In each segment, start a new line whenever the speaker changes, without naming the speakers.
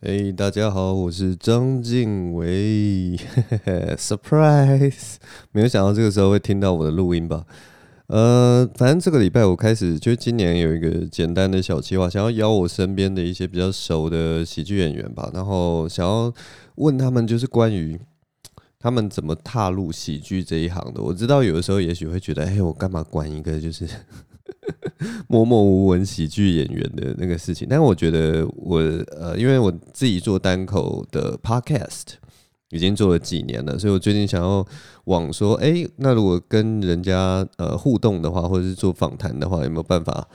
嘿、哎大家好，我是张敬伟 ，surprise！没有想到这个时候会听到我的录音吧？呃，反正这个礼拜我开始，就今年有一个简单的小计划，想要邀我身边的一些比较熟的喜剧演员吧，然后想要问他们就是关于他们怎么踏入喜剧这一行的。我知道有的时候也许会觉得，哎、我干嘛管一个就是默默无闻喜剧演员的那个事情，但我觉得我呃，因为我自己做单口的 podcast 已经做了几年了，所以我最近想要往说，哎、那如果跟人家呃互动的话，或者是做访谈的话，有没有办法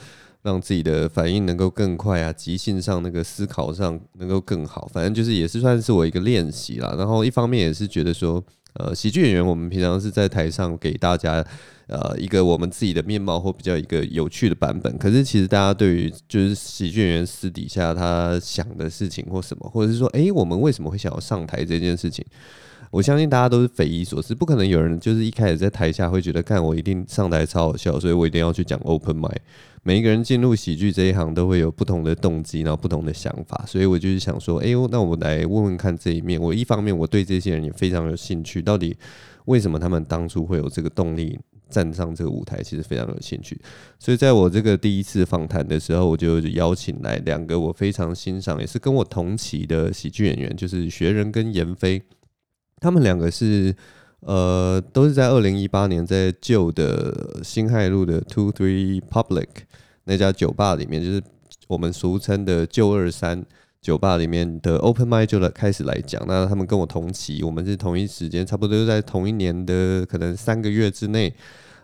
让自己的反应能够更快啊，即兴上那个思考上能够更好？反正就是也是算是我一个练习啦。然后一方面也是觉得说，呃，喜剧演员我们平常是在台上给大家呃一个我们自己的面貌或比较一个有趣的版本，可是其实大家对于就是喜剧演员私底下他想的事情或什么，或者是说，哎、我们为什么会想要上台这件事情？我相信大家都是匪夷所思，不可能有人就是一开始在台下会觉得，看我一定上台超好笑，所以我一定要去讲 open mic。每一个人进入喜剧这一行都会有不同的动机，然后不同的想法，所以我就是想说，哎、呦，那我来问问看这一面。我一方面我对这些人也非常有兴趣，到底为什么他们当初会有这个动力站上这个舞台，其实非常有兴趣。所以在我这个第一次访谈的时候，我就邀请来两个我非常欣赏，也是跟我同期的喜剧演员，就是学人跟闫飞。他们两个是呃，都是在二零一八年在旧的新海路的 Two Three Public 那家酒吧里面，就是我们俗称的旧二三酒吧里面的 Open Mic 就来开始来讲。那他们跟我同期，我们是同一时间，差不多在同一年的可能三个月之内。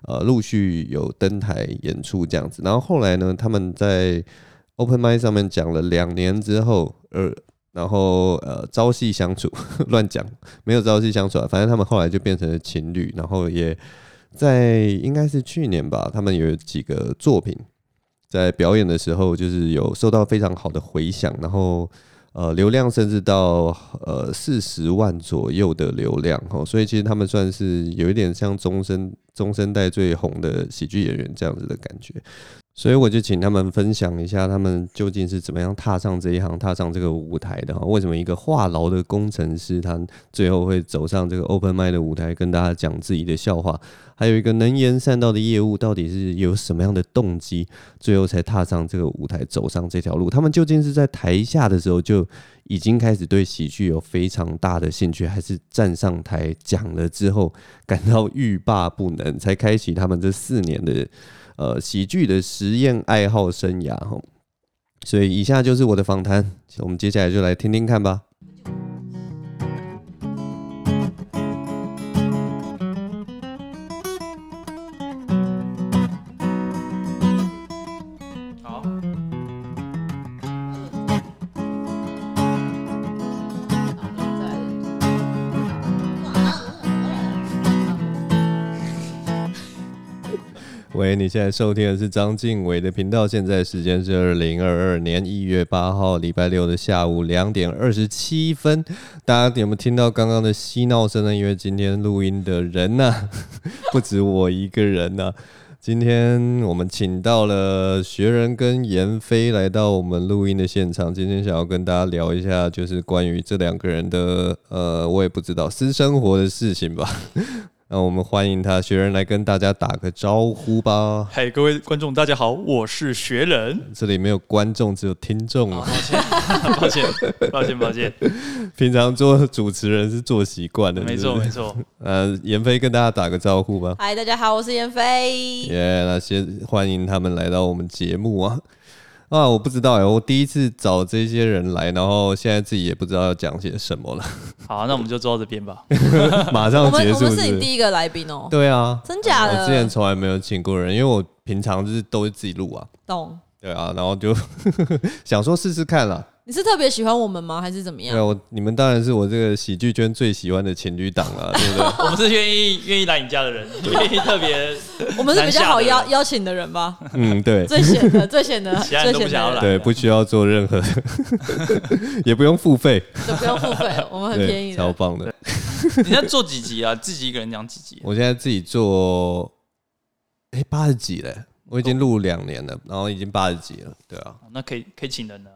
呃，陆续有登台演出这样子，然后后来呢，他们在 Open Mic 上面讲了两年之后，呃，然后呃，朝夕相处， 乱讲，没有朝夕相处啊，反正他们后来就变成了情侣，然后也在应该是去年吧，他们有几个作品在表演的时候，就是有受到非常好的回响，然后呃流量甚至到呃四十万左右的流量哦，所以其实他们算是有一点像中生中生代最红的喜剧演员这样子的感觉。所以我就请他们分享一下，他们究竟是怎么样踏上这一行、踏上这个舞台的哈？为什么一个话痨的工程师，他最后会走上这个 open m i 的舞台，跟大家讲自己的笑话？还有一个能言善道的业务，到底是有什么样的动机，最后才踏上这个舞台，走上这条路？他们究竟是在台下的时候就已经开始对喜剧有非常大的兴趣，还是站上台讲了之后感到欲罢不能，才开启他们这四年的呃喜剧的实验爱好生涯哈。所以以下就是我的访谈，我们接下来就来听听看吧。
好，
喂，你现在收听的是张敬伟的频道，现在时间是二零二二年一月八号礼拜六的下午两点二十七分。大家有没有听到刚刚的嬉闹声呢？因为今天录音的人呢、 不止我一个人呢、今天我们请到了学人跟闫飞来到我们录音的现场，今天想要跟大家聊一下，就是关于这两个人的呃，我也不知道私生活的事情吧。那我们欢迎他学人来跟大家打个招呼吧。
嗨，各位观众，大家好，我是学人。
这里没有观众，只有听众
啊
啊。
抱歉，抱歉，抱歉，
平常做主持人是做习惯的，
没
是
错，
不是
没。错。
呃，闫飞跟大家打个招呼吧。
嗨，大家好，我是闫飞。
耶、那先欢迎他们来到我们节目啊。啊，我不知道哎、我第一次找这些人来，然后现在自己也不知道要讲些什 么了，
好，那我们就做到这边吧。
马
我
上
们
结
我
束
们
是不
是你
是？
第一个来宾哦，
对啊，
真假
我之前
的？
从来没有请过人，因为我平常就是都是自己录啊，
懂？
对啊，然后就 想说试试看啦。
你是特别喜欢我们吗？还是怎么
对
样？
啊，我你们当然是我这个喜剧圈最喜欢的情侣档啊，对 不对？
我们是愿意愿意来你家的人，愿意特别，
我们是比较好
南下的
邀
人
邀请的人吧？
嗯，对，
最 显的、最显的、
其
最
他
显
人都
的
不想要来
人，
对，不需要做任 何，也不用付费，
就不用付费， 我们很便
对，
宜
超
的。
棒的。
你要做几集啊？自己一个人讲几集？
我现在自己做，哎、八十几嘞，我已经录两年了，然后已经八十几了，对啊，
那可以可以请人了。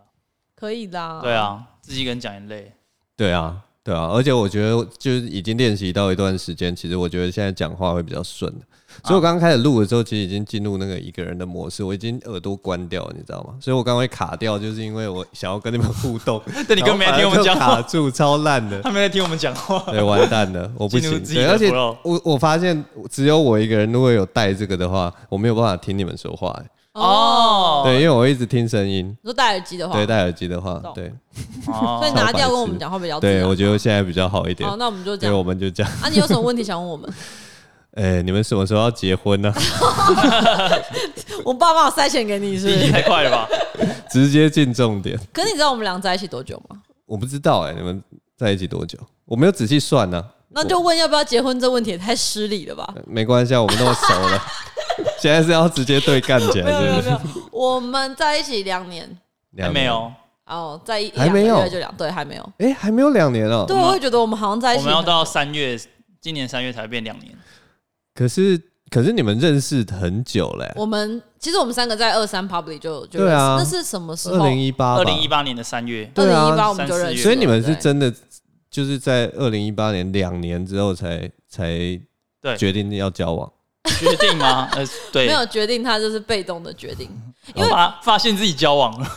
可以啦。
对，啊，自己一个人讲也 累。
对啊，对啊，而且我觉得就是已经练习到一段时间，其实我觉得现在讲话会比较顺的。所以
啊
我刚刚开始录的时候，其实已经进入那个一个人的模式，我已经耳朵关掉了，你知道吗？所以我刚刚会卡掉，就是因为我想要跟你们互动，
但 你根本没
然后
听我们讲
反而就卡
话，
住，超烂的。
他没在听我们讲 话。
对，完蛋了，我不
进入
行。
自己的
对，而且
flow
我我发现只有我一个人，如果有带这个的话，我没有办法听你们说话、欸
哦
对，因为我一直听声音。
你说戴耳机的话，
对，戴耳机的话
懂，
对
所 以
哦，
拿掉跟我们讲话比较自然
对，我觉得现在比较好一点
好，。那我们就这
对，
样。
我们就这样。
啊，你有什么问题想问我 们？
哎，你们什么时候要结婚呢？
我爸妈有塞钱给你是不
第一
是？
太快了 吧？
直接进重点。
可是你知道我们俩在一起多久吗？
我不知道哎，你们在一起多久？我没有仔细算呢。
那就问要不要结婚这问题也太失礼了吧？
没关系，啊，我们那么熟了。现在是要直接对干起
没有没
来，
有
是不
没
是？
有，我们在一起两年
两
还
年
哎没。 有，
哦，在一
还没有
两个月就两对还没有。
哎，还没有两年哦。
对，我会觉得我们好像在一
我
起
们要
很，
到三月，今年三月才变两年。
可是可是你们认识很久欸嘞。
我们其实我们三个在二三 public 就就
对啊
认识那是什么时候？
二零一八，
二零一八年的三月，
对啊
2018我们就
三四
认
月
识，
所以你们是
对
真的就是在二零一八年两年之后才才
对
决定要交往，
决定吗？呃，对
没，有决定，他就是被动的决定，因为
发发现自己交往 了，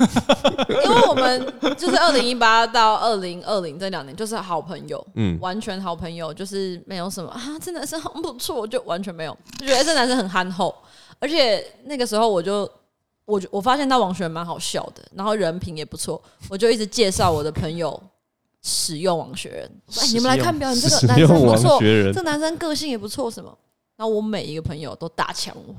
因为我们就是二零一八到二零二零这两年就是好朋友，
嗯，
完全好朋友，就是没有什么啊，这男生很不错，我就完全没有，就觉得、哎这男生很憨厚，而且那个时候我就。我就我发现他王璇蛮好笑的，然后人品也不错，我就一直介绍我的朋友使用王学仁。我说哎，你们来看表演，这个
使
男生
用
不
王
错，
学仁
这男生个性也不错，什么？然后我每一个朋友都打抢我，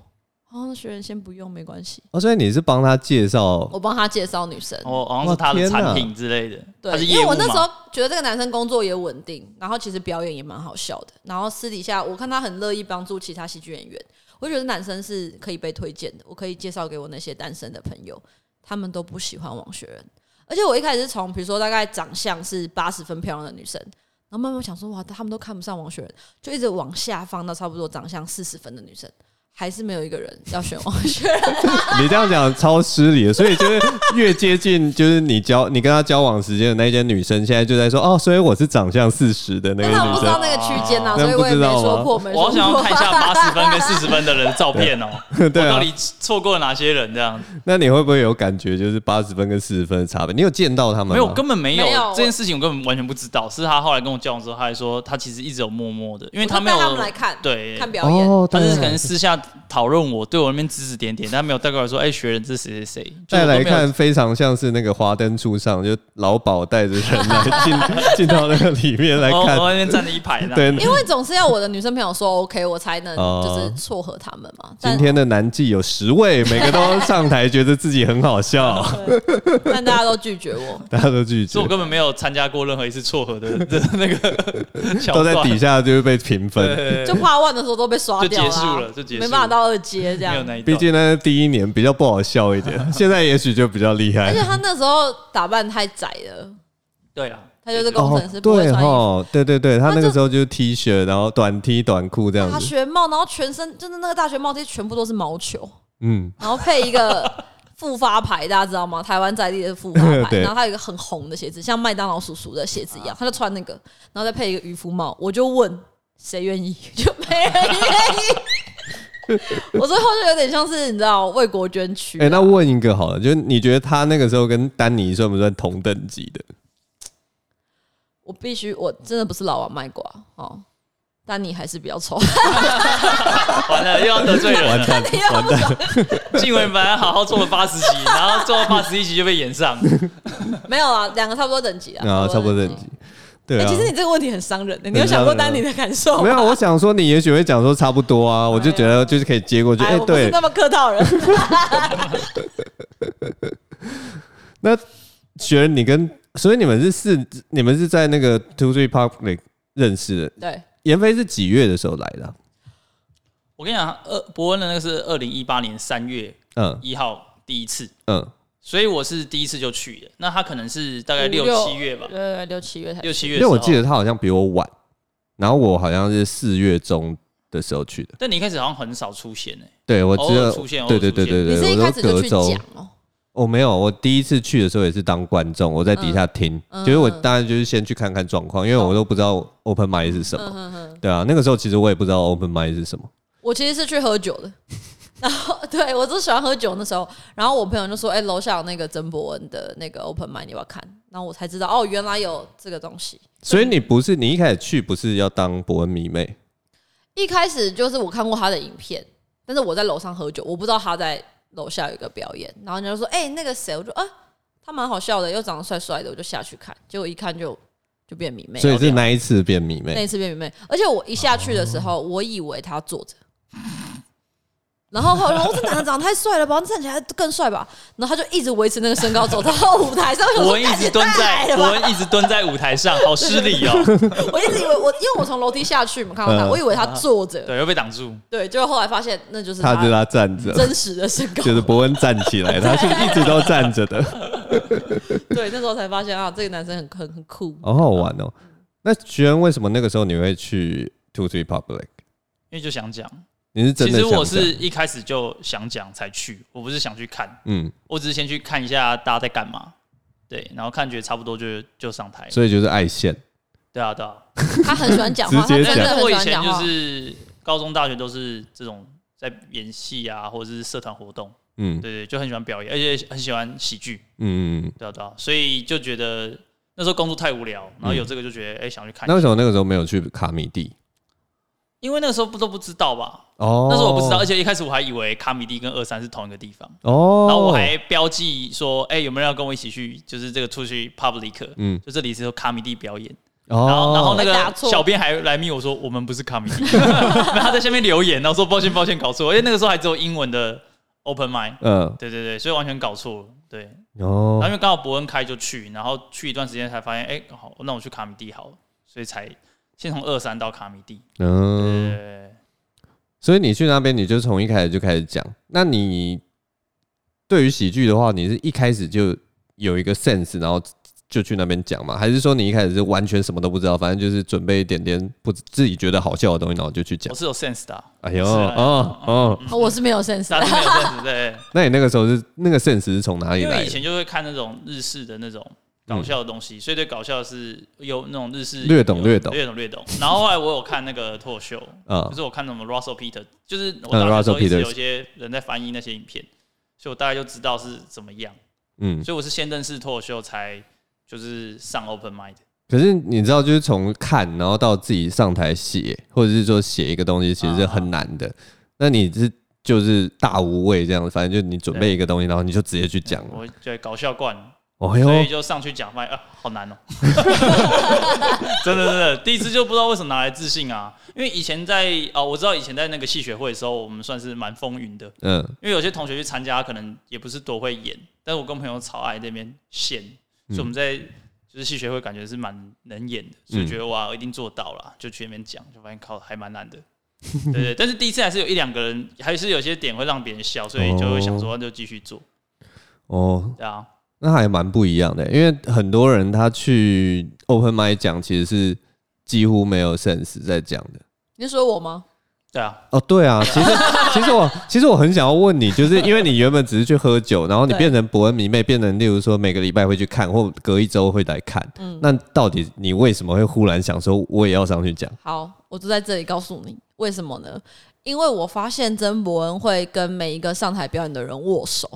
哦，那学员先不用，没关系，
哦，所以你是帮他介绍
我帮他介绍女
哦
生。
我哦好像是他
哇
的
天哪
产品之类的，他
对，
是
因
业
为
务
我那时
嘛，
候觉得这个男生工作也稳定，然后其实表演也蛮好笑的，然后私底下我看他很乐意帮助其他戏剧演员，我就觉得男生是可以被推荐的，我可以介绍给我那些单身的朋友，他们都不喜欢王学仁，而且我一开始是从比如说大概长相是八十分漂亮的女生，然后慢慢想说哇，他们都看不上王学仁，就一直往下放到差不多长相四十分的女生，还是没有一个人要选王学 仁。
你这样讲超失礼的，所以就是越接近就是你交你跟他交往时间的那些女生，现在就在说哦，所以我是长相四十的那
但
个
是 我
女
不知道
生。
那个区 间呐，
哦
所以我也没说破，没
我好
说
想要
破。
看一 下八十分跟四十分的人的照片哦，我
对啊
到底错过了哪些人这样？
那你会不会有感觉，就是八十分跟四十分的差别？你有见到他们吗？
没有，根本没有
没有
这件事情，我根本完全不知道。是他后来跟我交往之后，他还说他其实一直有默默的，因为
我就
没有
带 他们来看
对，
看表演，
哦，
他
对
是
啊
可能私下讨论我，对我那边指指点点，但他没有带过来说，哎、学人这谁谁谁。就
再
我都
来
没有
看，非常像是那个《华灯初上》，就老鸨带着人来进进到那个里面来
我
看
哦我，那边站着一排 呢。
对，
因为总是要我的女生朋友说 OK，我才能
哦
就是撮合他们嘛。
今
但
天的男妓有十位，每个都上台，觉得自己很好笑，
但大家都拒绝我，
大家都拒绝
所以我，根本没有参加过任何一次撮合的的那个桥
都
段，
在底下就会被评分。
对，
就画万的时候都被刷掉啊
就结束了就结束了
没办法到二阶这
没有
样。
那一段
毕竟那是第一年比较不好笑一点，现在也许就比较厉害
而且。他那时候打扮太窄了，
对啊，
他就是
对
工程师不会
对
穿衣服。
哈，对对对，他
那
那
就
个时候就是 T 恤，然后短 T 短裤这样
大
子，
学帽，然后全身就是那个大学帽 T 全部都是毛球，
嗯，
然后配一个 复发牌，大家知道吗？台湾在地的复发牌，
对啊
然后它有一个很红的鞋子，像麦当劳叔叔的鞋子一样，他就穿那个，然后再配一个渔夫帽。我就问谁愿意， 就没人愿意。 我最后就有点像是你知道为国捐躯、
哎，那问一个好了，就是你觉得他那个时候跟丹尼算不算同等级的？
我必须，我真的不是老王卖瓜哦。但你还是比较丑，
完了又要得罪人
完
了。
蛋
你要
完蛋，
静文本来好好做了八十集，然后做到八十一集就被演上，
没有啊，两个差不多等级啊，
啊，差不多等级。对
哎
啊，
其实你这个问题很伤人的，你有
很
想过
伤人啊
丹尼的感受吗？
没有，我想说你也许会讲说差不多啊，我就觉得就是可以接过去。
哎，
哎，
我不是
对
那，么客套人。
那雪人，你跟所以你们是四，你们是在那个 Two Three Public 认识的。
对，
严飞是几月的时候来的啊？
我跟你讲，呃，伯恩的那个是二零一八年三月
嗯
一号第一次，
嗯，
所以我是第一次就去的。那他可能是大概
五
六七月吧，
呃，六七月才
六七月。
因为我记得，他好像比我晚，然后我好像是四月中的时候去的。
但你一开始好像很少出现诶、欸
对，我
偶
只
尔
有
出现偶尔
对对对
出现
对
你是
对，
一
我
开
都
始就
隔
去
周
讲哦，
哦，没有，我第一次去的时候也是当观众，我在底下听，
嗯
就是我当然就是先去看看状况，因为我都不知道 open mic 是什么。
嗯哼哼，
对啊，那个时候其实我也不知道 open mic 是什么。
我其实是去喝酒的。 然后，对我就喜欢喝酒那时候，然后我朋友就说：“哎、楼下有那个曾伯恩的那个 open mic，你要不要看？”然后我才知道，哦，原来有这个东西。
所以你不是你一开始去不是要当伯恩迷妹？
一开始就是我看过他的影片，但是我在楼上喝酒，我不知道他在楼下有一个表演，然后人家就说：“哎、那个谁？”我就啊，他蛮好笑的，又长得帅帅的，我就下去看，结果一看就就变迷妹，
所以是
好
那一次变迷
屌那
妹
一次变迷妹，而且我一下去的时候，我以为他坐着。然后后来我说这男的长得太帅了吧，站起来更帅吧。然后他就一直维持那个身高走到舞台上，我想说
伯恩一直蹲在
干你太矮了吧
伯恩一直蹲在舞台上，好失礼 哦。
我一直以为我因为我从楼梯下去嘛，看到他，
嗯
我以为他坐着，
对，又被挡住。
对，结果后来发现那就是
他是他站着，
真实的身高，
就是伯恩站起来，他是一直都站着 的，
对，那时候才发现啊，这个男生很很很酷。
好好玩哦。那徐恩为什么那个时候你会去 Two Three Public？
因为就想讲，
你是真
其
的
实
想
我
讲
是一开始就想讲才去，我不是想去看，
嗯，
我只是先去看一下大家在干嘛，对，然后看觉得差不多就就上台了。
所以就是爱线。
对啊，对啊。
他很喜欢讲
直
话，他
接
但
真的
但
很
我
喜
以
欢
前
讲
就
话。
是高中、大学都是这种在演戏啊，或者是社团活动，
嗯
对对，就很喜欢表演，而且很喜欢喜剧，
嗯嗯嗯。
对啊对啊，所以就觉得那时候工作太无聊，然后
嗯
有这个就觉得哎、想去看一
那为
下，
什么那个时候没有去卡米蒂？
因为那个时候不都不知道吧，
哦，
那时候我不知道，而且一开始我还以为卡米蒂跟二三是同一个地方。
哦，
然后我还标记说，哎、有没有人要跟我一起去？就是这个出去 public，
嗯
嗯，就这里是有卡米蒂表演。
哦，
然后，然后那
还打
个
错
小编还来密我说，我们不是卡米蒂， 然后他在下面留言，然后说抱歉抱歉搞错，因为那个时候还只有英文的 open mind，
嗯
对对对，所以完全搞错了。对，然后
哦
因为刚好伯恩开就去，然后去一段时间才发现，哎、好，那我去卡米蒂好了，所以才先从二三到卡米蒂。对对
嗯，
对对
所以你去那边你就从一开始就开始讲。那你对于喜剧的话，你是一开始就有一个 sense，然后就去那边讲嘛？还是说你一开始是完全什么都不知道，反正就是准备一点点不自己觉得好笑的东西，然后就去讲
我？是有 sense 的、啊，
哎呦，
是啊
哦哦，
哦我是没有 sense
啥
的
都，没有 sense，对。
那你那个时候是那个 sense 是从 哪里
因为
来
以
的？
前就会看那种日式的那种搞笑的东西，所以对搞笑是有那种日式
嗯略懂
有
略懂
略懂略懂。然后后来我有看那个脱口秀，
啊
就是我看什么 Russell Peter，就是
嗯
我大学的时候
Russell
一直
Peters
有一些人在翻译那些影片，所以我大概就知道是怎么样。
嗯，
所以我是先认识脱口秀，才就是上 Open Mind。
可是你知道，就是从看，然后到自己上台写，或者是说写一个东西，其实是很难
啊
的。那你是就是大无畏这样，反正就你准备一个东西，然后你就直接去讲了。
我对搞笑惯，
哦
所
哟
以，就上去讲，发现啊，好 难哦、真的真的，第一次就不知道为什么拿来自信啊，因为以前在啊、我知道以前在那个戏学会的时候，我们算是蛮风云的，
嗯，
因为有些同学去参加，可能也不是多会演，但是我跟朋友吵爱那边现，所以我
嗯
们在就是戏学会感觉是蛮能演的，所以觉得哇，我一定做到了，就去那边讲，就发现靠，还蛮难的。 对对，但是第一次还是有一两个人，还是有些点会让别人笑，所以就会想说那就继续做，
哦，
对啊，
那还蛮不一样的，因为很多人他去 open mic 讲，其实是几乎没有 sense 在讲的。
你是说我吗？
对啊，
哦，对啊，其实其实我其实我很想要问你，就是因为你原本只是去喝酒，然后你
对
变成伯恩迷妹，变成例如说每个礼拜会去看，或隔一周会来看，
嗯
那到底你为什么会忽然想说我也要上去讲？
好，我就在这里告诉你为什么呢？因为我发现曾伯恩会跟每一个上台表演的人握手，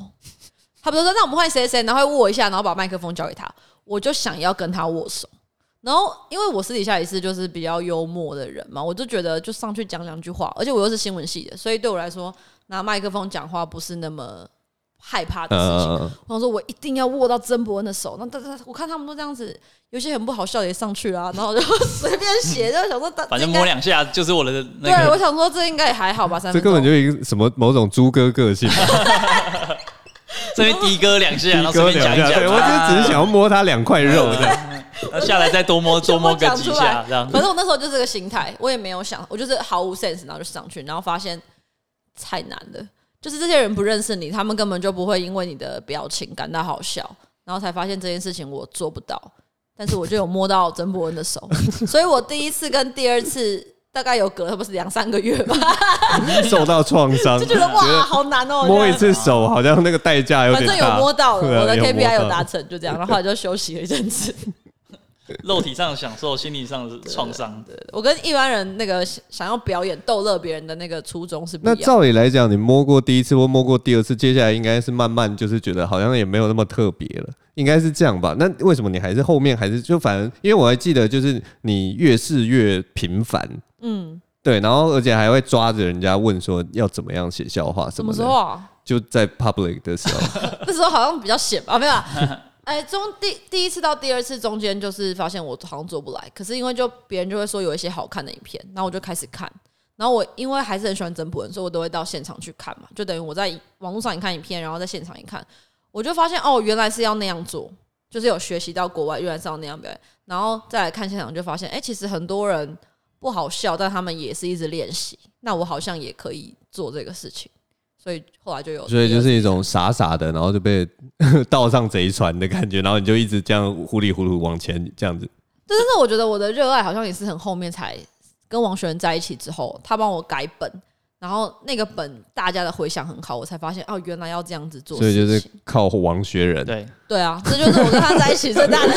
他不是说那我们换谁谁，然后会握一下，然后把麦克风交给他，我就想要跟他握手。然后，因为我私底下也是就是比较幽默的人嘛，我就觉得就上去讲两句话，而且我又是新闻系的，所以对我来说拿麦克风讲话不是那么害怕的事情。
呃，
我想说，我一定要握到曾伯恩的手。那但是我看他们都这样子，有些很不好笑的也上去了、然后我就随便写，就想说，
反正
这应该
摸两下就是我的那
对，
个
我想说这应该也还好吧，三
这
分
根本
钟。
就是一个什么某种猪哥个 性，
这边的哥两下，然后
猪哥
顺便讲
两
一
下，对
讲，
我就只是想要摸他两块肉 的。
然后下来再多摸多摸个
讲
几
出
下
来，
这样。
可是我那时候就这个心态，我也没有想，我就是毫无 sense，然后就上去，然后发现太难了。就是这些人不认识你，他们根本就不会因为你的表情感到好笑，然后才发现这件事情我做不到。但是我就有摸到曾伯恩的手，所以我第一次跟第二次大概有隔不是两三个月吧，
受到创伤，
嗯 就觉得哇，好难哦、
摸一
这样
次手好像那个代价有
反
点
正
大。
有摸到了，
对啊
我的
有摸
KPI
到
有达成，就这样，然后后来就休息了一阵 子。
肉体上的享受，心理上的创伤。
我跟一般人那个想想要表演逗乐别人的那个初衷是不
那
一样的。
照理来讲，你摸过第一次或摸过第二次，接下来应该是慢慢就是觉得好像也没有那么特别了，应该是这样吧？那为什么你还是后面还是就反正，因为我还记得就是你越试越频繁，
嗯，
对，然后而且还会抓着人家问说要怎么样写笑话什
什
么
么
的，
时候啊？
就在 public 的时候，
那时候好像比较闲吧，没有啊。哎，中第第一次到第二次中间，就是发现我好像做不来。可是因为就别人就会说有一些好看的影片，然后我就开始看。然后我因为还是很喜欢真普文，所以我都会到现场去看嘛，就等于我在网络上也看影片，然后在现场也看，我就发现哦，原来是要那样做，就是有学习到国外原来是要那样表演，然后再来看现场就发现，哎、其实很多人不好笑，但他们也是一直练习，那我好像也可以做这个事情，所以后来就 有，
所以就是一种傻傻的，然后就被倒上贼船的感觉，然后你就一直这样糊里糊涂往前这样子。
但是我觉得我的热爱好像也是很后面才跟王学仁在一起之后，他帮我改本，然后那个本大家的回响很好，我才发现哦，原来要这样子做
所以就
事
是
情。
靠王学仁，
对，
对啊，这就是我跟他在一起最 大的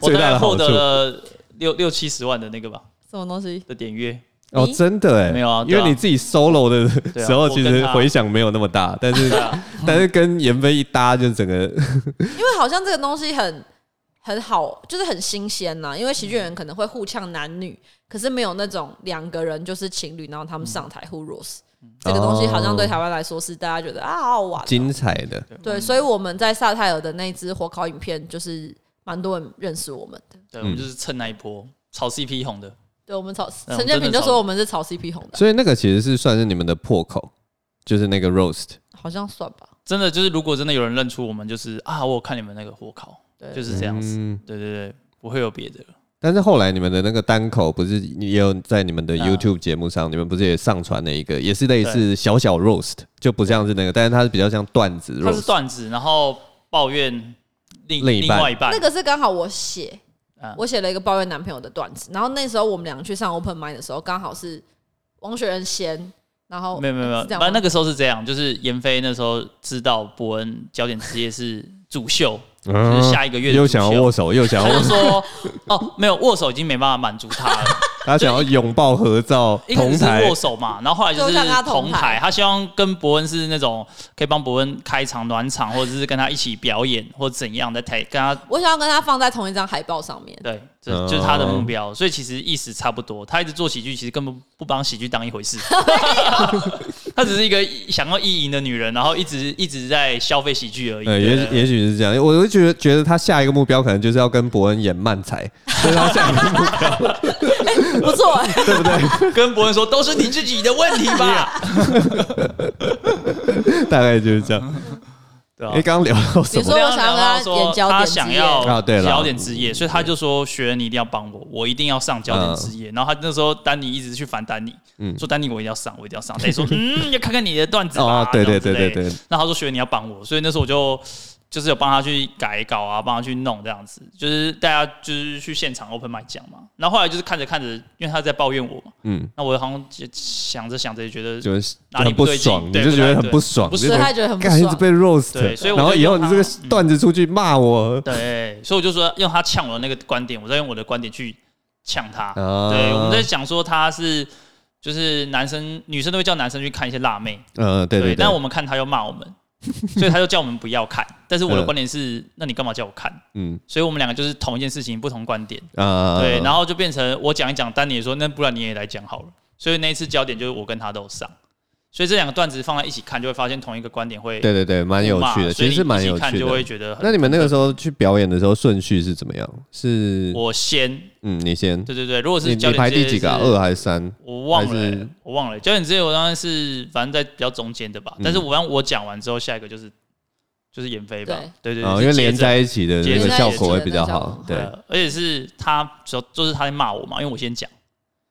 我
最
大
大
概
的好
获
处
得了六六七十万的那个吧
什么东西。
的点阅，
哦，
咦
真的哎，
没有啊
因
对啊
为你自己 solo 的
对啊
时候，
我跟
其实
他
回响没有那么大，但 是
对啊，
但是跟严飞一搭，就整个
因为好像这个东西很很好，就是很新鲜呐、因为喜剧人可能会互呛男女，可是没有那种两个人就是情侣，然后他们上
嗯
台互 rose，、这个东西好像
哦
对台湾来说是大家觉得啊好好玩哦、
精彩的。
对，所以我们在萨泰尔的那支火烤影片，就是蛮多人认识我们的。
对，我
嗯
们就是蹭那一波炒 CP 红的，
对，我们炒
嗯
陈建
真的
平就
炒
说我们是炒 CP 红的，
所以那个其实是算是你们的破口，就是那个 roast。
好像算吧。
真的就是如果真的有人认出我们，就是啊，我有看你们那个火烤，
对，
就是这样子，
嗯
对对对，不会有别的了。
但是后来你们的那个单口不是也有在你们的
啊
YouTube 节目上，你们不是也上传了一个，也是类似小小 roast，就不像是那个，但是它是比较像段子
它是
roast。
段子，然后抱怨另
另一半
外一半
那，个是刚好我写
啊，
我写了一个抱怨男朋友的段子，然后那时候我们俩去上 Open m i d 的时候，刚好是王雪人先，然后
没有没有没有，
是这样
反
吗
正那个时候是这样，就是严飞那时候知道伯恩焦点职业是主秀，
嗯
就是下一个月的
又
主哦
想要
秀
握手，又想
他
要
就
握手，
说哦，没有握手已经没办法满足他了，
他想要拥抱合照，
一开
同
始
台
是握手嘛，然后后来就是
就像他同
同
台
台，他希望跟伯恩是那种可以帮伯恩开场暖场，或者是跟他一起表演或怎样在台跟他
我想要跟他放在同一张海报上面。
对，这
哦
就是他的目标，所以其实意思差不多。他一直做喜剧，其实根本不帮喜剧当一回事，
啊
他只是一个想要意淫的女人，然后一直一直在消费喜剧而已。
呃，
对
也也许是这样，我就觉得觉得他下一个目标可能就是要跟伯恩演慢才，所以他下一个目
不 错欸、
跟伯恩说都是你自己的问题 吧。
大概就是这样。
对啊
哎，刚刚聊到什
你
么？
说我想要跟他演焦
他
点
想
之
要
夜，
啊对啦
焦点之夜，所以他就说学你一定要帮我，我一定要上焦
嗯
点之夜。然后他那时候丹尼一直去烦丹尼，说丹尼我一定要上，我一定要上。 他说嗯，要看看你的段子吧
哦，，对
这
对
样
对
之类
对
的
对，
那他说学你要帮我，所以那时候我就就是有帮他去改稿啊，帮他去弄这样子，就是大家就是去现场 open mic 讲嘛。然后后来就是看着看着，因为他在抱怨我嘛，
嗯，
那我好像就想着想着也觉得
就是
哪里
很
不
不
对劲
爽，
对
你就觉得很不
不
爽，
不
就
对
觉
所以
得
他觉得很不
干一直
爽。
被 roast，
对所以我
然后
就
以后
用
你
他
这个段子出去骂我，
对，所以我就说用他呛我的那个观点，我再用我的观点去呛他。
啊
嗯对，我们在讲说他是就是男生女生都会叫男生去看一些辣妹，
呃，对对，
但我们看他又骂我们， 所以他就叫我们不要 看。但是我的
嗯
观点是，那你干嘛叫我看？
嗯
所以我们两个就是同一件事情，不同观点。
啊，
对，然后就变成我讲一讲，丹尼也说，那不然你也来讲好了。所以那一次焦点就是我跟他都有上，所以这两个段子放在一起看，就会发现同一个观点会
对对对，蛮有
互骂
趣的，
所以
其
你
实蛮有
一起看
趣
就会
的。
觉得很
那你们那个时候去表演的时候顺序是怎么样？是
我先，
嗯，你先，
对对对，如果
你
是焦
你
点
排
直接
第几个啊？
是
二还是三？
我忘了
还
欸、
是
我忘了欸、焦点之夜我当然是反正在比较中间的吧，
嗯
但是我让我讲完之后，下一个就是就是闫飞吧，对对对，
啊，
是
因为
接
连
着
在一起的那
接
个
着
效果会
接着
比较
那个效
好
果，
对
呃，而且是他主要就是他在骂我嘛，因为我先讲，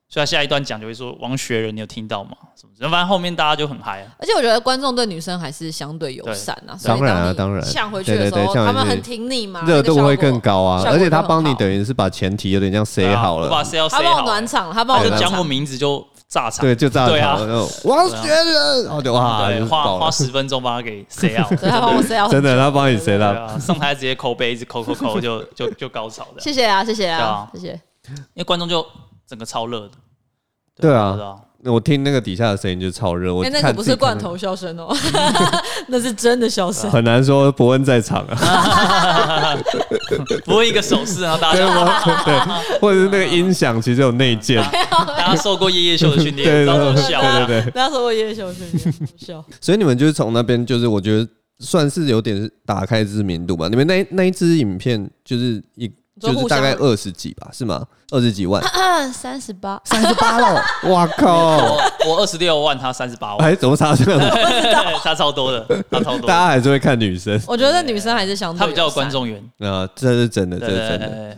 所以他下一段讲就会说王学仁，你有听到吗？什么之类的？反正后面大家就很嗨啊。
而且我觉得观众对女生还是相对友善啊，所以
当然啊
当你
当然
呛回去的
对
时
对对
候，
呛回
他
去
们很挺你嘛，
热度会更
那个效果。
高啊，
效果
而且他
就很
帮你
好
等于是把前提有点像塞好
对啊我把
了，
谁要谁
他帮我
好，
暖场，他帮
他
我
就
暖
讲我
场，
名字就炸场，
对，就这样
对啊
好了那种王学仁，然后就哇，
对，
就
花
爆
花
了，
十分钟帮他给谁啊？
对，他帮我 say
真的，他帮你塞
对
了，
啊，上台直接扣杯，一直扣扣扣，就就就高潮的，
谢谢啊，谢谢
对
啊
啊，
谢谢。
因为观众就整个超热的。
对啊
对啊，
我听那个底下的声音就超热，我
哎，那个
看
不
自
是
己看
罐头笑声哦， 那是真的笑声。
很难说伯恩在场啊，
不会一个手势，然啊后大家
对啊
就
吗？ 对，或者是那个音响其实有内建，
大家受过夜夜秀的训
对
练，知
对
道怎
对
么笑
对
啊。
对，对
那时候我也笑声，笑。
所以你们就是从那边，就是我觉得算是有点打开知名度吧。你们那那一支影片就是一
说
就
互
是大概
相
二十几吧，是吗？二十几万，
三十八，
三十八了， 哇靠！
我我二十六万，他三十八万，
哎，怎么差这样？
差超多的，差超多
大家
的。
还是会看女生
我觉得女生还是相对
他比较有
友善
观，众缘，
啊，这是真的，这
对
是
对对
真
对
的。
对，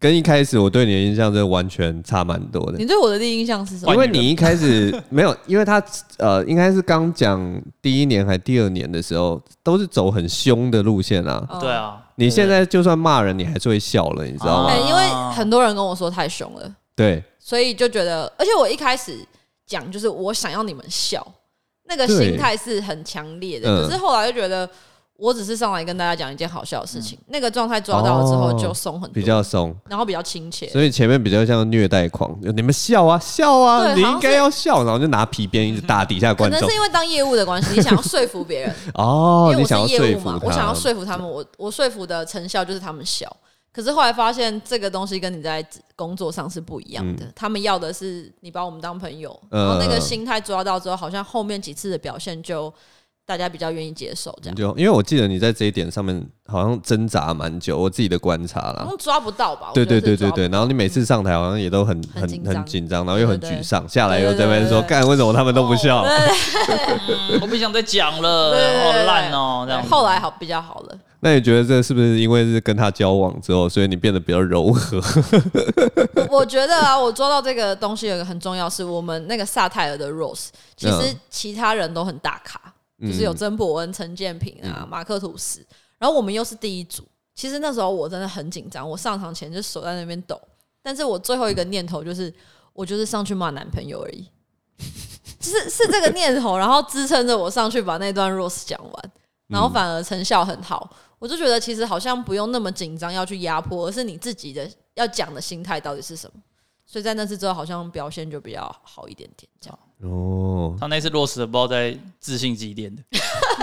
跟一开始我对你的印象真的完全差蛮多的
你，对我的第一印象是什么
因？
换
为
一个
你一开始 没有，因为他呃，应该是刚讲第一年还第二年的时候，都是走很凶的路线啊。
哦
对，啊。
你现在就算骂人，你还是会笑了，你知道
啊
吗
哎，？因为很多人跟我说太凶了，
对，
所以就觉得，而且我一开始讲就是我想要你们笑，那个
对
心态是很强烈的。
嗯
可是后来就觉得，我只是上来跟大家讲一件好笑的事情，那个状态抓到了之后
嗯哦
就松很多，
比较松，
然后比较亲切。
所以前面比较像虐待狂，就你们笑啊笑啊，
对
你
好像
应该
是
要笑，然后就拿皮鞭一直打底下
可
观
能
众
是。因为当业务的关系，你想要说服 别人，
哦，
因为
你
我
想要
是业
说
务
服
嘛
他，，
我想要说服他们，我我说服的成效就是他们小。可是后来发现这个东西跟你在工作上是不一样的，他们要的是你把我们当朋友，
嗯
然后那个心态抓到之后，好像后面几次的表现就大家比较愿意接受这
你
样。
就因为我记得你在这一点上面好像挣扎蛮久，我自己的观察
好
啦。
像抓不到吧？
对
我
嗯
觉
对
得
对对
是抓不
对，然后你每次上台好像也都很
很
很
紧
很
张
紧张，然后又很
对对
沮
对
丧，下来又
对
在
对
那边
对哦
说
对
干为什么他们都不笑？
嗯我不想再讲了，
对
好烂哦，这样
对。后来好比较好了，
那你觉得这是不是因为是跟他交往之后，所以你变得比较柔和？
我我觉得啊，我抓到这个东西有一个很重要，是我们那个萨泰尔的 Rose，其实
嗯
其他人都很大咖，就是
嗯
有曾伯恩、陈建平啊、马克吐斯，然后我们又是第一组。其实那时候我真的很紧张，我上场前就手在那边抖，但是我最后一个念头就是，我就是上去骂男朋友而已， 就是是这个念头，然后支撑着我上去把那段 Rose 讲完，然
嗯
后反而成效很好。我就觉得其实好像不用那么紧张要去压迫，而是你自己的要讲的心态到底是什么。所以在那次之后，好像表现就比较好一点点，这样。
哦，
他那次落实的不知道在自信几点的，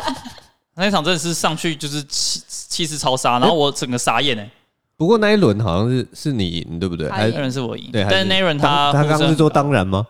那一场真的是上去就是气气势超杀，然后我整个傻眼哎、
不过那一轮好像是是你赢对不对？
他
还
赢
那人是我赢，
对，还
但是 Naren 他
当他刚刚是说
说
当然吗？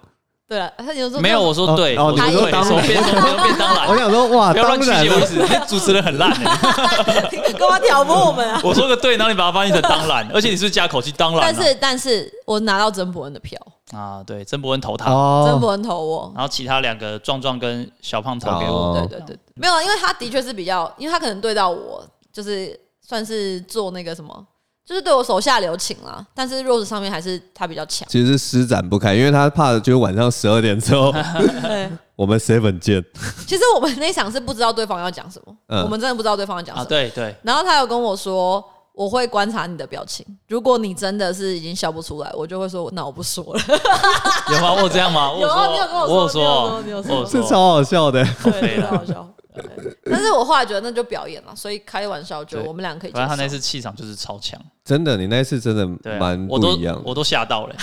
对了，他有时候
没有，我说对，
哦哦
我说
你说
对，
当然
说变说变当
我
然，
想哦说 哇，
不要
当
乱曲
然啊
解我意
了，
思，你主持人很烂哎、
干嘛挑拨我们啊？
我说个对，然后你把它翻译成当然，而且你是不是加口气当然、啊，
但是但是我拿到曾伯恩的票，
啊对，曾伯恩投他，
曾
哦，
伯恩投我。
然后其他两个壮壮跟小胖投给
哦，
我，
对对对，没有啊，因为他的确是比较，因为他可能对到我，就是算是做那个什么，就是对我手下留情啦。但是 Rose 上面还是他比较强
其实是施展不开，因为他怕的就是晚上十二点之后
对。
我们 seven 见，
其实我们那一场是不知道对方要讲什么，
嗯
我们真的不知道对方要讲什
啊
么。
对对，
然后他有跟我说，我会观察你的表情，如果你真的是已经笑不出来，我就会说，那我不说了。
有吗？我有这样吗？我
有啊你有跟我
我有
说
说，
你有
我
说你有说
有
是
说，
超好笑的。
废
对，
了
很好笑。对但是我后来觉得那就表演了，所以开玩笑就
对
我们俩可以接
反正他那
受。
次气场就是超强。
真的，你那次真的
对啊、
蛮
我
不
都
一样的
我都吓到了、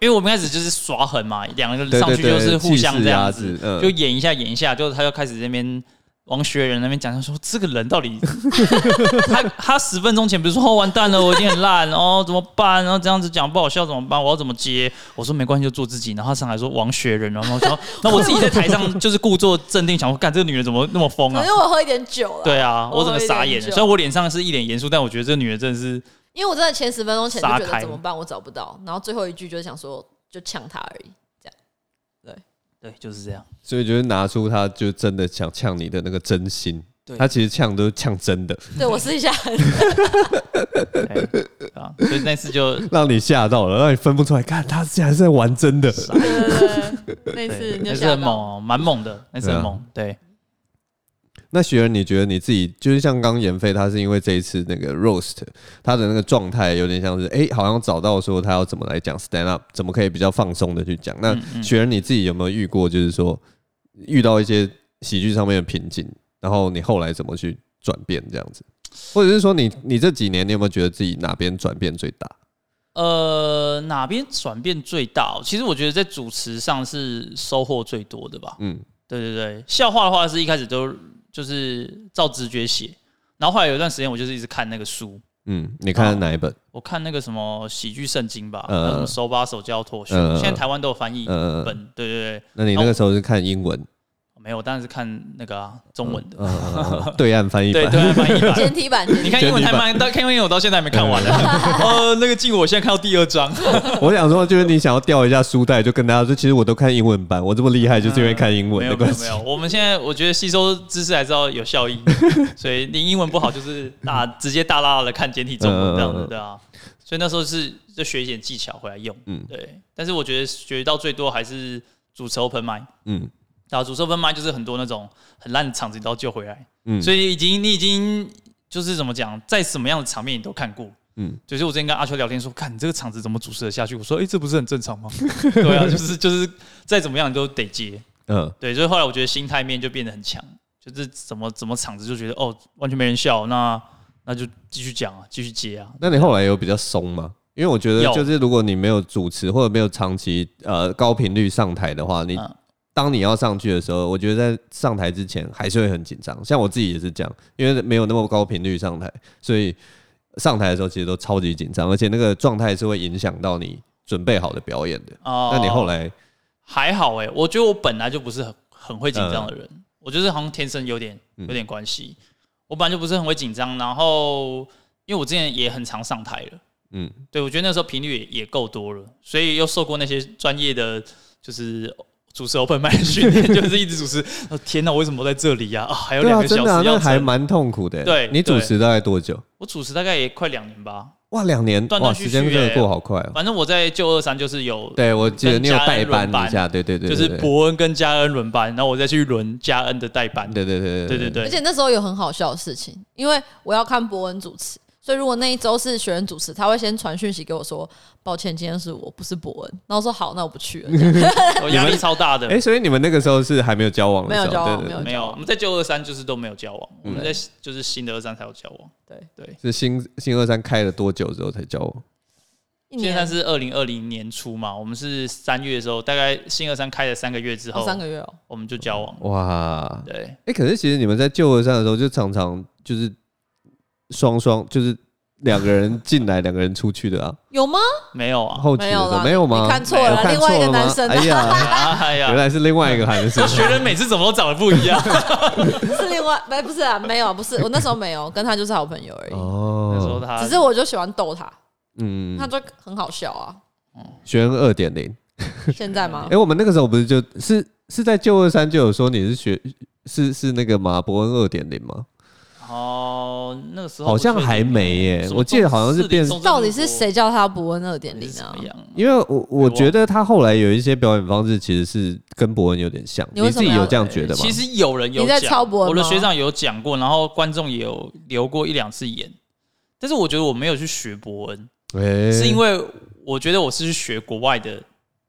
因为我们开始就是耍狠嘛，两个
对
人上去就是互相这样
对对
子
气势压制嗯，
就演一下演一下，就他就开始那边王学仁那边讲，他说这个人到底， 他他十分钟前不是说哦完蛋了，我一定很烂哦怎么办？然后这样子讲不好笑怎么办？我要怎么接？我说没关系，就做自己。然后他上来说王学仁，然后我说 那我自己在台上就是故作镇定，想说干这个女人怎么那么疯
嗯
啊
反？正我喝一点酒了，
对啊，我整个傻眼
我有一
了。
点久
虽然我脸上是一脸严肃，但我觉得这个女人真的是
因为我真的前十分钟前就觉
撒
得
开
怎么办，我找不到，然后最后一句就是想说就呛他 而已。
对，就是这样。
所以就是拿出他就真的想呛你的那个真心
对，
他其实呛都是呛真的。
对我试一下，
对啊，所以所以那次就
让你吓到了，让你分不出来，看他竟然是在玩真的。
傻
对对对，那一次
对
你
那
就
次
吓
很猛
到，
哦，蛮猛的，那次很
对啊
猛，对，
那雪儿，你觉得你自己就是像刚刚妍飞，她是因为这一次那个 roast，她的那个状态有点像是，哎、好像找到说她要怎么来讲 stand up，怎么可以比较放松的去讲。那
嗯嗯
雪儿你自己有没有遇过，就是说遇到一些喜剧上面的瓶颈，然后你后来怎么去转变这样子，或者是说你你这几年你有没有觉得自己哪边转变最大？
呃，哪边转变最大哦？其实我觉得在主持上是收获最多的吧。
嗯，
对对对，笑话的话是一开始都就是照直觉写，然后后来有一段时间我就是一直看那个书，
嗯，你看了哪一本？
我看那个什么喜剧圣经吧，还
嗯
有什么手把手教脱序，
嗯嗯嗯
现在台湾都有翻译
嗯嗯嗯，
本。对对对，
那你那个时候是看英文、
没有，我当然是看那个啊中文的，
嗯嗯嗯 嗯对岸翻译
对
版，
对啊，翻译 版。
简体版，简体
你看英文太慢，到看英文我到现在还没看完呢。呃，那个进我现在看到第二章，
我想说，就是你想要吊一下书袋，就跟大家说，其实我都看英文版，我这么厉害就是因为看英文
没
的
有没
关
有
系
没。有，我们现在我觉得吸收知识还是要有效益， 所以你英文不好就是大直接大拉拉的看简体中文这样
嗯嗯
子
嗯
对啊，所以那时候是就学一点技巧回来用，
嗯
对，但是我觉得学到最多还是主持 open m i
嗯
啊，主持 open m i 就是很多那种很烂的场子你都要救回来，
嗯，
所
以
以已经你已经就是怎么讲，在什么样的场面你都看过。
嗯
就是我之前跟阿秋聊天说，看你这个场子怎么主持得下去？我说，哎、这不是很正常 吗？对啊，就是就是再怎么样你都得接，
嗯
对，所以后来我觉得心态面就变得很强，就是怎么怎么场子就觉得哦，完全没人笑，那那就继续讲啊，继续接啊。
那你后来有比较松吗？因为我觉得，
有
就是如果你没有主持或者没有长期呃高频率上台的话，你
嗯
当你要上去的时候，我觉得在上台之前还是会很紧张。像我自己也是这样，因为没有那么高频率上台，所以上台的时候其实都超级紧张，而且那个状态是会影响到你准备好的表演的。
哦
那你后来
还好哎、我觉得我本来就不是很很会紧
嗯
张的人，我就是好像天生有点有点关系，我本来就不是很会紧张，然后因为我之前也很常上台了，
嗯
对我觉得那时候频率也也够多了，所以又受过那些专业的就是。主持 open m i 的训练 就是一直主持。哦天哪，我为什么在这里呀、啊，还有
对
两
啊，
个小
真
时
的、啊，
要
那还
撑
蛮痛苦的欸。
对
你主
对
持大概多久？
我主持大概也快两年吧，
哇，两年，
断
哇，
断
时
续续
间真的
欸
过好快哦。
反正我在旧二三就是有，
对，我记得你有代班一下，对对对，
就是伯恩跟嘉恩轮班，然后我再去轮嘉恩的代班。
对对对
对对
对，
而
对，
且那时候有很好笑的事情，因为我要看博文主持，所以如果那一周是学人主持，他会先传讯息给我说：“抱歉，今天是我不是博文。”然后我说：“好，那我不去了。这样
我压力超大的。
哎，所以你们那个时候是还没有交往的
没有
时候，
交往
对对
没有
对，
没有，我们在旧二三就是都没有交往，
嗯
我们在就是新的二三才有交往。”
对，
对，
是新新二三开了多久之后才交往？
一
现
年
在是二零二零年初嘛，我们是三月的时候，大概新二三开了三个月之
哦
后，
三个月哦，
我们就交往。
哇，
对，
哎，可是其实你们在旧二三的时候，就常常就是双双就是。两个人进来，两个人出去的 啊。
有吗？
没有 啊，
后期的时候
没有啦
没有吗？
你看错了
我看
另外一个
错了吗
男生啊
哎呀，
哎
原
呀，
来是另外一 个韩生
这。学人每次怎么都长得不一样。
是另外没 不是啊，没有不是，我那时候没有跟他就是好朋友而已，
那时候
哦，
他
只是我就喜欢逗他，
嗯
他，就很好笑啊。
学恩二点零。
现在吗
哎、？我们那个时候不是就是是在旧二三就有说你是学是是那个吗？伯恩二点零吗？
哦，那个时候
好像
我确定欸
还没耶
什么
我记得好像是
宋
变
宋振
到底
国
是谁叫他博文二点
还
零
是
啊
怎么？样
因为我我
忘了
觉得他后来有一些表演方式其实是跟伯恩有点像，你
你为什
自
么
己
要
有这样觉得吗？
哎其实有人有
你在
讲
抄博文
我的学
吗
长有讲过，然后观众也有留过一两次言，但是我觉得我没有去学伯恩，
哎
是因为我觉得我是去学国外的，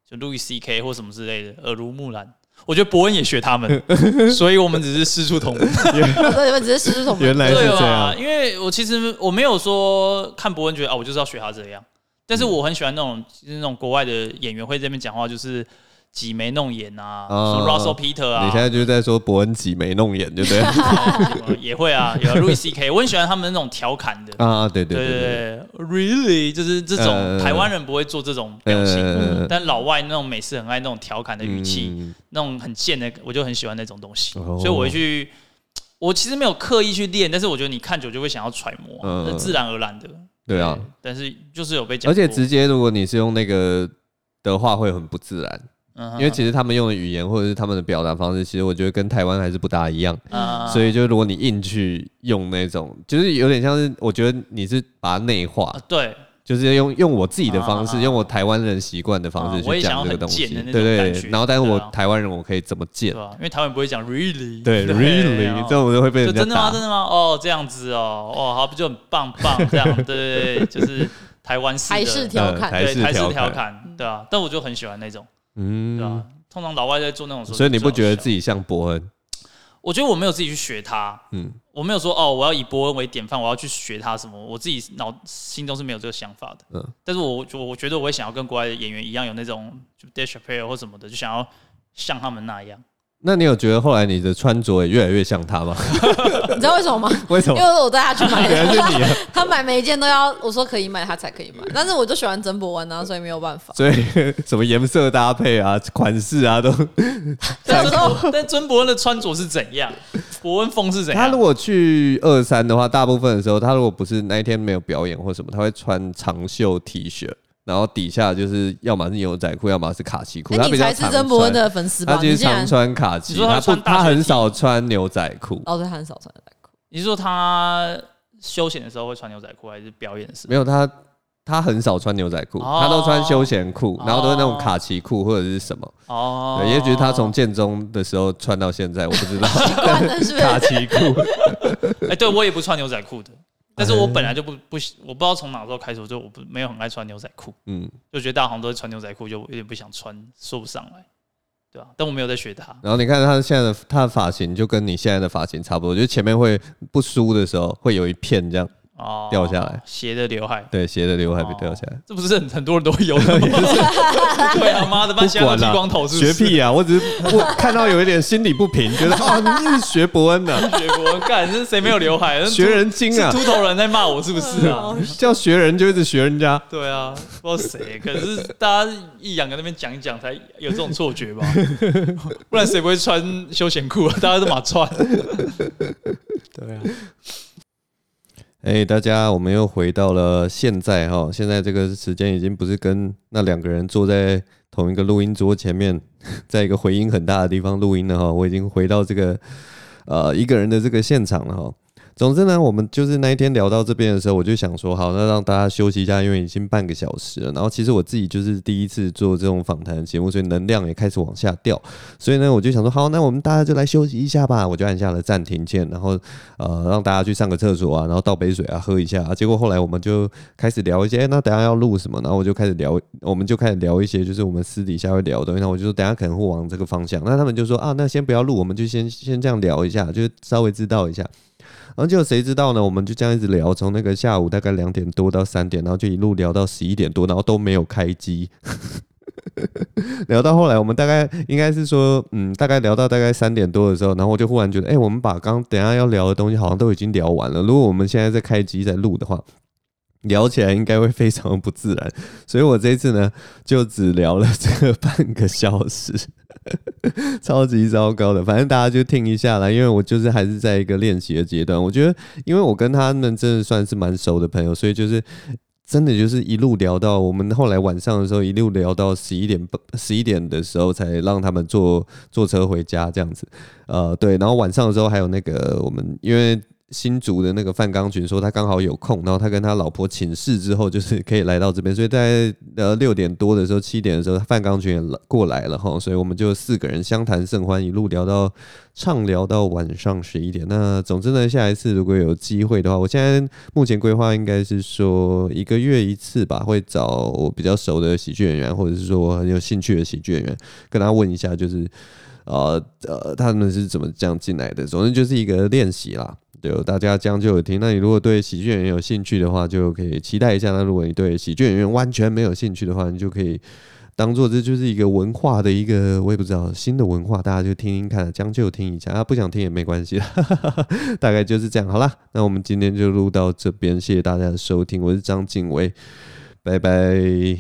就路易 C K 或什么之类的，耳濡目染。我觉得伯恩也学他们， 所以我们只是师出同门。
我说你们只是实 施什么？
原来是
对
这
吧？
样，
因为我其实我没有说看博文觉得啊，我就是要学他这样，但是我很喜欢那
嗯
种就是那种国外的演员会在那边讲话，就是挤眉弄眼啊，
哦
说 Russell Peter 啊，
你现在就是在说伯恩挤眉弄眼，对不 对？
呃也会啊，有 Louis C K，我很喜欢他们那种调侃的。
啊，对对
对
对
对
对
对，really 就是这种、
呃
台湾人不会做这种表情，
呃
但老外那种美式很爱那种调侃的
对，
语气，
嗯
那种很贱的，我就很喜欢那种东西，
哦
所以我会去。我其实没有刻意去练，但是我觉得你看久就会想要揣摩、啊，
嗯
那自然而然的。
对啊，
但是就是有被讲过，
而且直接如果你是用那个的话，会很不自然，
嗯哼，
因为其实他们用的语言或者是他们的表达方式，其实我觉得跟台湾还是不大一样。
嗯
所以就如果你硬去用那种，就是有点像是，我觉得你是把它内化
啊，对
就是用用我自己的方式，
啊
用我台湾人习惯的方
啊
式
我
去
也想
讲
要
这个
很
东西，
贱的那
对
种
对
感
对。
觉
然后，但是
对
我
啊
台湾人我可以怎么
对
贱？
吧？因为台湾不会讲 really，
对
啊
，really，这种就会被
就
人家
真的吗？
打
真。的吗？哦，这样子哦，哦，好，不就很棒棒这样？对对对，就是台湾式的
台式调侃
呃
对台
调
式
侃
调侃，对啊，但我就很喜欢那种，对
嗯
啊，，通常老外在做那种时候，
所以你不觉得自
己？
己像伯恩？
我觉得我没有自己去学他，
嗯，
我没有说哦，我要以伯恩为典范，我要去学他什么，我自己脑心中是没有这个想法的。
嗯
但是我我我觉得我也想要跟国外的演员一样，有那种就 d a s h p a r 或什么的，就想要像他们那样。
那你有觉得后来你的穿着也越来越像他吗？
你知道为什么吗？
为什
因
么
为？我带他去买
原来
的，
是你啊，
他买每一件都要我说可以买，他才可以买。但是我就喜欢曾博文啊，所以没有办法。
所以 什么颜色搭配啊、款式啊都，
但
有时候
尊但尊伯恩的穿着是怎样？伯恩风是怎
他如
样？
果去二三的话，大部分的时候，他如果不是那一天没有表演或什么，他会穿长袖 T 恤，然后底下就是要么是牛仔裤，要么是卡其裤。
哎
他
你
比较
才是
常
曾博文
穿，
的粉丝
他
吧？
其
你
实
竟然
常穿卡其，
你说他
他不
穿大
他
学
很
T
少穿牛仔裤。
哦，对，他很少穿牛 仔裤。
你是说他休闲的时候会穿牛仔裤，还是表演的时候？
没有他，他很少穿牛仔裤，
哦
他都穿休闲裤，然后都是那种
哦
卡其裤或者是什么。
哦
对，也许他从建中的时候穿到现在，我不知 道。
惯了是不是
卡其裤，
哎、对我也不穿牛仔裤的，
哎
但是我本来就不不喜，我不知道从哪时候开始，我就我不没有很爱穿牛仔裤，
嗯，
就觉得大家好像都会穿牛仔裤，就有点不想穿，说不上来，对吧、但我没有在学他，
然后你看他现在的他的发型就跟你现在的发型差不多，就前面会不梳的时候会有一片这样，
哦，
掉下来，
斜的刘海。
对，斜的刘海被掉下来。
这不是很很多人都会有的 吗？ 对啊，妈的，把现在都剃光头是不
学
是？
屁啊！我只是我看到有一点心理不平，觉得啊，你是学伯恩 的、
学过，干，这谁没有刘海？那
学人精啊
是，秃头人在骂我是不是啊？
叫学人就一直学人家。
对啊，不知道谁，可是大家一两个那边讲一讲，才有这种错觉吧？不然谁不会穿休闲裤啊？大家都马穿。对啊，
哎、大家，我们又回到了现在哈，现在这个时间已经不是跟那两个人坐在同一个录音桌前面， 在一个回音很大的地方录音了哈，我已经回到这个呃一个人的这个现场了哈。总之呢，我们就是那一天聊到这边的时候，我就想说，好，那让大家休息一下，因为已经半个小时了。然后其实我自己就是第一次做这种访谈节目，所以能量也开始往下掉。所以呢，我就想说，好，那我们大家就来休息一下吧。我就按下了暂停键，然后呃，让大家去上个厕所啊，然后倒杯水啊，喝一下、啊。结果后来我们就开始聊一些，哎、那等一下要录什么？然后我就开始聊，我们就开始聊一些，就是我们私底下会聊的东西。那我就说，等一下可能会往这个方向。那他们就说啊，那先不要录，我们就先先这样聊一下，就稍微知道一下。然后结果谁知道呢？我们就这样一直聊，从那个下午大概两点多到三点，然后就一路聊到十一点多，然后都没有开机。 聊到后来，我们大概应该是说，嗯，大概聊到大概三点多的时候，然后我就忽然觉得，哎、我们把刚等一下要聊的东西好像都已经聊完了。如果我们现在在开机在录的话，聊起来应该会非常不自然。所以我这一次呢，就只聊了这个半个小时， 超级糟糕的。反正大家就听一下啦，因为我就是还是在一个练习的阶段。我觉得，因为我跟他们真的算是蛮熟的朋友，所以就是真的就是一路聊到我们后来晚上的时候，一路聊到十一点十一点的时候才让他们坐坐车回家这样子。呃，对，然后晚上的时候还有那个我们因为。新竹的那个范刚群说他刚好有空，然后他跟他老婆请示之后，就是可以来到这边，所以大概呃六点多的时候、七点的时候，范刚群也来过来了哈，所以我们就四个人相谈甚欢，一路聊到畅聊到晚上十一点。那总之呢，下一次如果有机会的话，我现在目前规划应该是说一个月一次吧，会找我比较熟的喜剧演员，或者是说我很有兴趣的喜剧演员，跟他问一下，就是呃呃他们是怎么这样进来的。总之就是一个练习啦。对，大家将就着听。那你如果对喜剧演员有兴趣的话，就可以期待一下；那如果你对喜剧演员完全没有兴趣的话，你就可以当做这就是一个文化的一个，我也不知道新的文化，大家就听听看，将就听一下啊，不想听也没关系啦， 大概就是这样。好啦，那我们今天就录到这边，谢谢大家的收听，我是张敬伟，拜拜。